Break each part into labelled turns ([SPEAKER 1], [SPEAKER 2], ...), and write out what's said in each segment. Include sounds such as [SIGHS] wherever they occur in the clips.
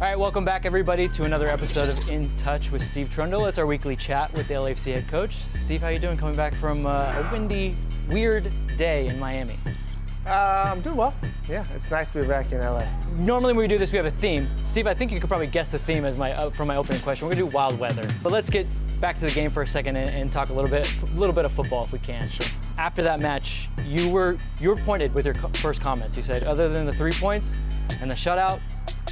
[SPEAKER 1] right, welcome back, everybody, to another episode of In Touch with Steve Trundle. It's our weekly chat with the LAFC head coach. Steve, how you doing? Coming back from uh, a windy, weird day in Miami.
[SPEAKER 2] Uh, I'm doing well. Yeah, it's nice to be back in LA.
[SPEAKER 1] Normally, when we do this, we have a theme. Steve, I think you could probably guess the theme as my uh, from my opening question. We're gonna do wild weather, but let's get back to the game for a second and, and talk a little bit, a little bit of football if we can. Sure. After that match, you were you were pointed with your co- first comments. You said, other than the three points and the shutout,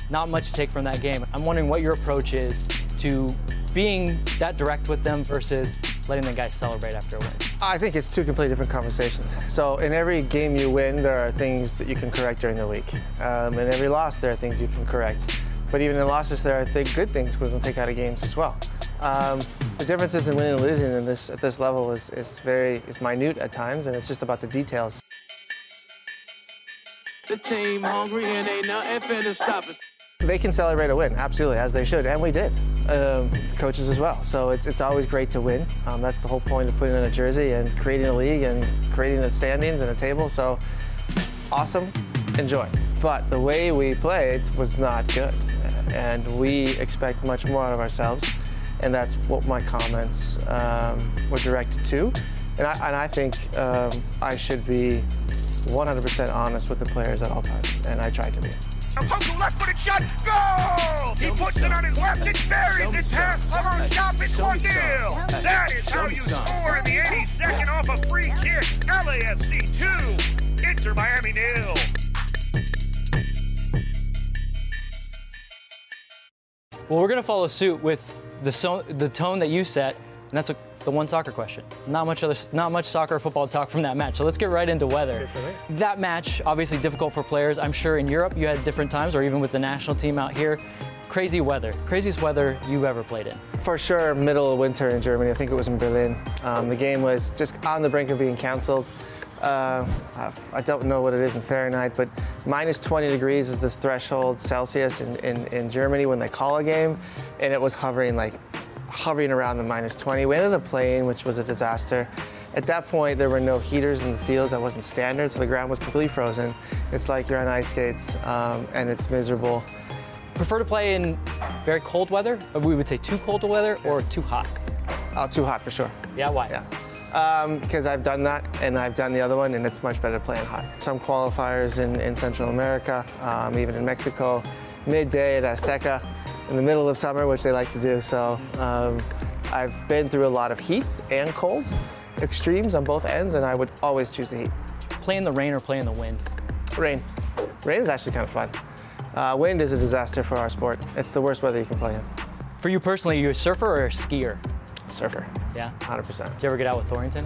[SPEAKER 1] not much to take from that game. I'm wondering what your approach is to being that direct with them versus letting the guys celebrate after a win.
[SPEAKER 2] I think it's two completely different conversations. So in every game you win, there are things that you can correct during the week. Um, in every loss, there are things you can correct. But even in losses, there are th- good things we can take out of games as well. Um, the differences in winning and losing in this, at this level is, is very is minute at times, and it's just about the details.
[SPEAKER 3] The team hungry and ain't nothing finna stop us.
[SPEAKER 2] They can celebrate a win, absolutely, as they should, and we did. Um, coaches as well. So it's, it's always great to win. Um, that's the whole point of putting in a jersey and creating a league and creating the standings and a table. So awesome, enjoy. But the way we played was not good, and we expect much more out of ourselves, and that's what my comments um, were directed to. And I, and I think um, I should be 100% honest with the players at all times, and I try to be.
[SPEAKER 4] Opoku left footed shot, goal! He puts it on his left, it buries, it's past Lamont Shop, it's 1 0. That is how you score in the 82nd off a free kick. LAFC 2, Inter Miami nil.
[SPEAKER 1] Well, we're gonna follow suit with the so, the tone that you set, and that's a, the one soccer question. Not much other, not much soccer or football talk from that match. So let's get right into weather. That match obviously difficult for players. I'm sure in Europe you had different times, or even with the national team out here. Crazy weather, craziest weather you've ever played in.
[SPEAKER 2] for sure middle of winter in Germany. I think it was in Berlin. Um, the game was just on the brink of being canceled. Uh, I- I don't know what it is in Fahrenheit, but minus 20 degrees is the threshold Celsius in, in, in Germany when they call a game, and it was hovering like hovering around the minus 20. We ended up playing, which was a disaster. At that point, there were no heaters in the fields. That wasn't standard, so the ground was completely frozen. It's like you're on ice skates, um, and it's miserable.
[SPEAKER 1] Prefer to play in very cold weather. or We would say too cold weather or too hot.
[SPEAKER 2] Oh, too hot for sure.
[SPEAKER 1] Yeah, why?
[SPEAKER 2] Yeah. Um, because I've done that and I've done the other one, and it's much better playing hot. Some qualifiers in, in Central America, um, even in Mexico, midday at Azteca, in the middle of summer, which they like to do. So um, I've been through a lot of heat and cold extremes on both ends, and I would always choose the heat.
[SPEAKER 1] Play in the rain or play in the wind.
[SPEAKER 2] Rain. Rain is actually kind of fun. Uh, wind is a disaster for our sport. It's the worst weather you can play in.
[SPEAKER 1] For you personally, you a surfer or a skier?
[SPEAKER 2] Surfer.
[SPEAKER 1] Yeah.
[SPEAKER 2] 100%.
[SPEAKER 1] Did you ever get out with Thornton?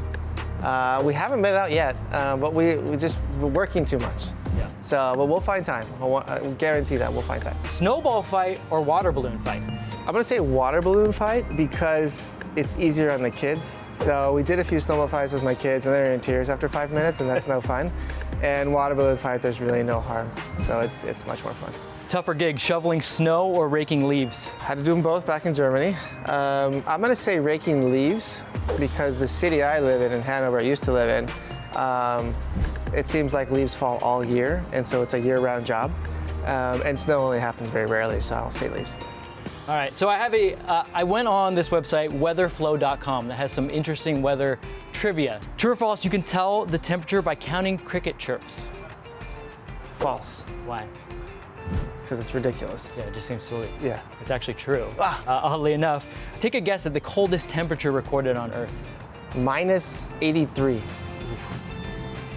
[SPEAKER 2] Uh, we haven't been out yet, uh, but we, we just we're working too much.
[SPEAKER 1] Yeah.
[SPEAKER 2] So, but we'll find time. I, want, I guarantee that we'll find time.
[SPEAKER 1] Snowball fight or water balloon fight?
[SPEAKER 2] I'm gonna say water balloon fight because it's easier on the kids. So we did a few snowball fights with my kids, and they're in tears after five minutes, and that's no fun. And water balloon fight, there's really no harm. So it's it's much more fun.
[SPEAKER 1] Tougher gig, shoveling snow or raking leaves?
[SPEAKER 2] Had to do them both back in Germany. Um, I'm gonna say raking leaves because the city I live in, in Hanover, I used to live in, um, it seems like leaves fall all year, and so it's a year-round job. Um, and snow only happens very rarely, so I'll say leaves.
[SPEAKER 1] All right, so I have a. Uh, I went on this website, weatherflow.com, that has some interesting weather trivia. True or false, you can tell the temperature by counting cricket chirps.
[SPEAKER 2] False,
[SPEAKER 1] Why?
[SPEAKER 2] because it's ridiculous.
[SPEAKER 1] Yeah, it just seems silly.
[SPEAKER 2] Yeah.
[SPEAKER 1] It's actually true.
[SPEAKER 2] Ah.
[SPEAKER 1] Uh, oddly enough, take a guess at the coldest temperature recorded on Earth.
[SPEAKER 2] Minus 83.
[SPEAKER 1] You're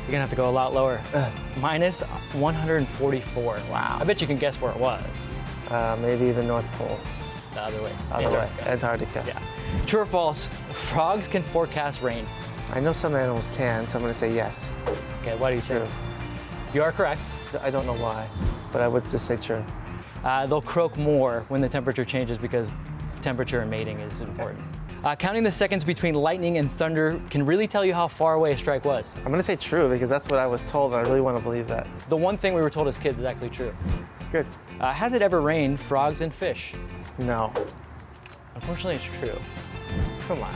[SPEAKER 1] gonna have to go a lot
[SPEAKER 2] [SIGHS]
[SPEAKER 1] lower. Minus 144. Wow. I bet you can guess where it was.
[SPEAKER 2] Uh, maybe the North Pole.
[SPEAKER 1] The other way.
[SPEAKER 2] Other way,
[SPEAKER 1] Antarctica.
[SPEAKER 2] Antarctica.
[SPEAKER 1] Yeah. True or false? Frogs can forecast rain.
[SPEAKER 2] I know some animals can, so I'm gonna say yes.
[SPEAKER 1] Okay, what do you
[SPEAKER 2] True.
[SPEAKER 1] think? You are correct.
[SPEAKER 2] I don't know why, but I would just say true.
[SPEAKER 1] Uh, they'll croak more when the temperature changes because temperature and mating is important. Uh, counting the seconds between lightning and thunder can really tell you how far away a strike was.
[SPEAKER 2] I'm gonna say true because that's what I was told, and I really want to believe that.
[SPEAKER 1] The one thing we were told as kids is actually true.
[SPEAKER 2] Good.
[SPEAKER 1] Uh, has it ever rained frogs and fish?
[SPEAKER 2] No.
[SPEAKER 1] Unfortunately, it's true. Come [LAUGHS] on.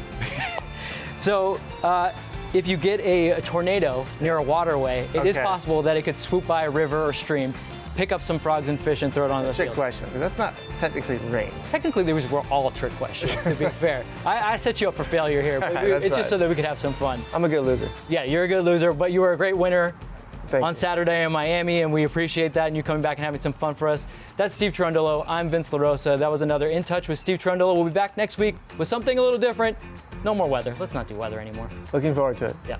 [SPEAKER 1] so, uh, if you get a, a tornado near a waterway, it is
[SPEAKER 2] Okay.
[SPEAKER 1] possible that it could swoop by a river or stream, pick up some frogs and fish and throw it on the
[SPEAKER 2] Trick
[SPEAKER 1] field.
[SPEAKER 2] question. That's not technically rain.
[SPEAKER 1] Technically, these were all trick questions, to be fair. I, I set you up for failure here, but we-
[SPEAKER 2] That's
[SPEAKER 1] it's just
[SPEAKER 2] right.
[SPEAKER 1] so that we could have some fun.
[SPEAKER 2] I'm a good loser.
[SPEAKER 1] Yeah, you're a good loser, but you were a great winner
[SPEAKER 2] Thank
[SPEAKER 1] on
[SPEAKER 2] you.
[SPEAKER 1] Saturday in Miami, and we appreciate that and you coming back and having some fun for us. That's Steve Trundolo. I'm Vince LaRosa. That was another In Touch with Steve Trundolo. We'll be back next week with something a little different. No more weather. Let's not do weather anymore.
[SPEAKER 2] Looking forward to it.
[SPEAKER 1] Yeah.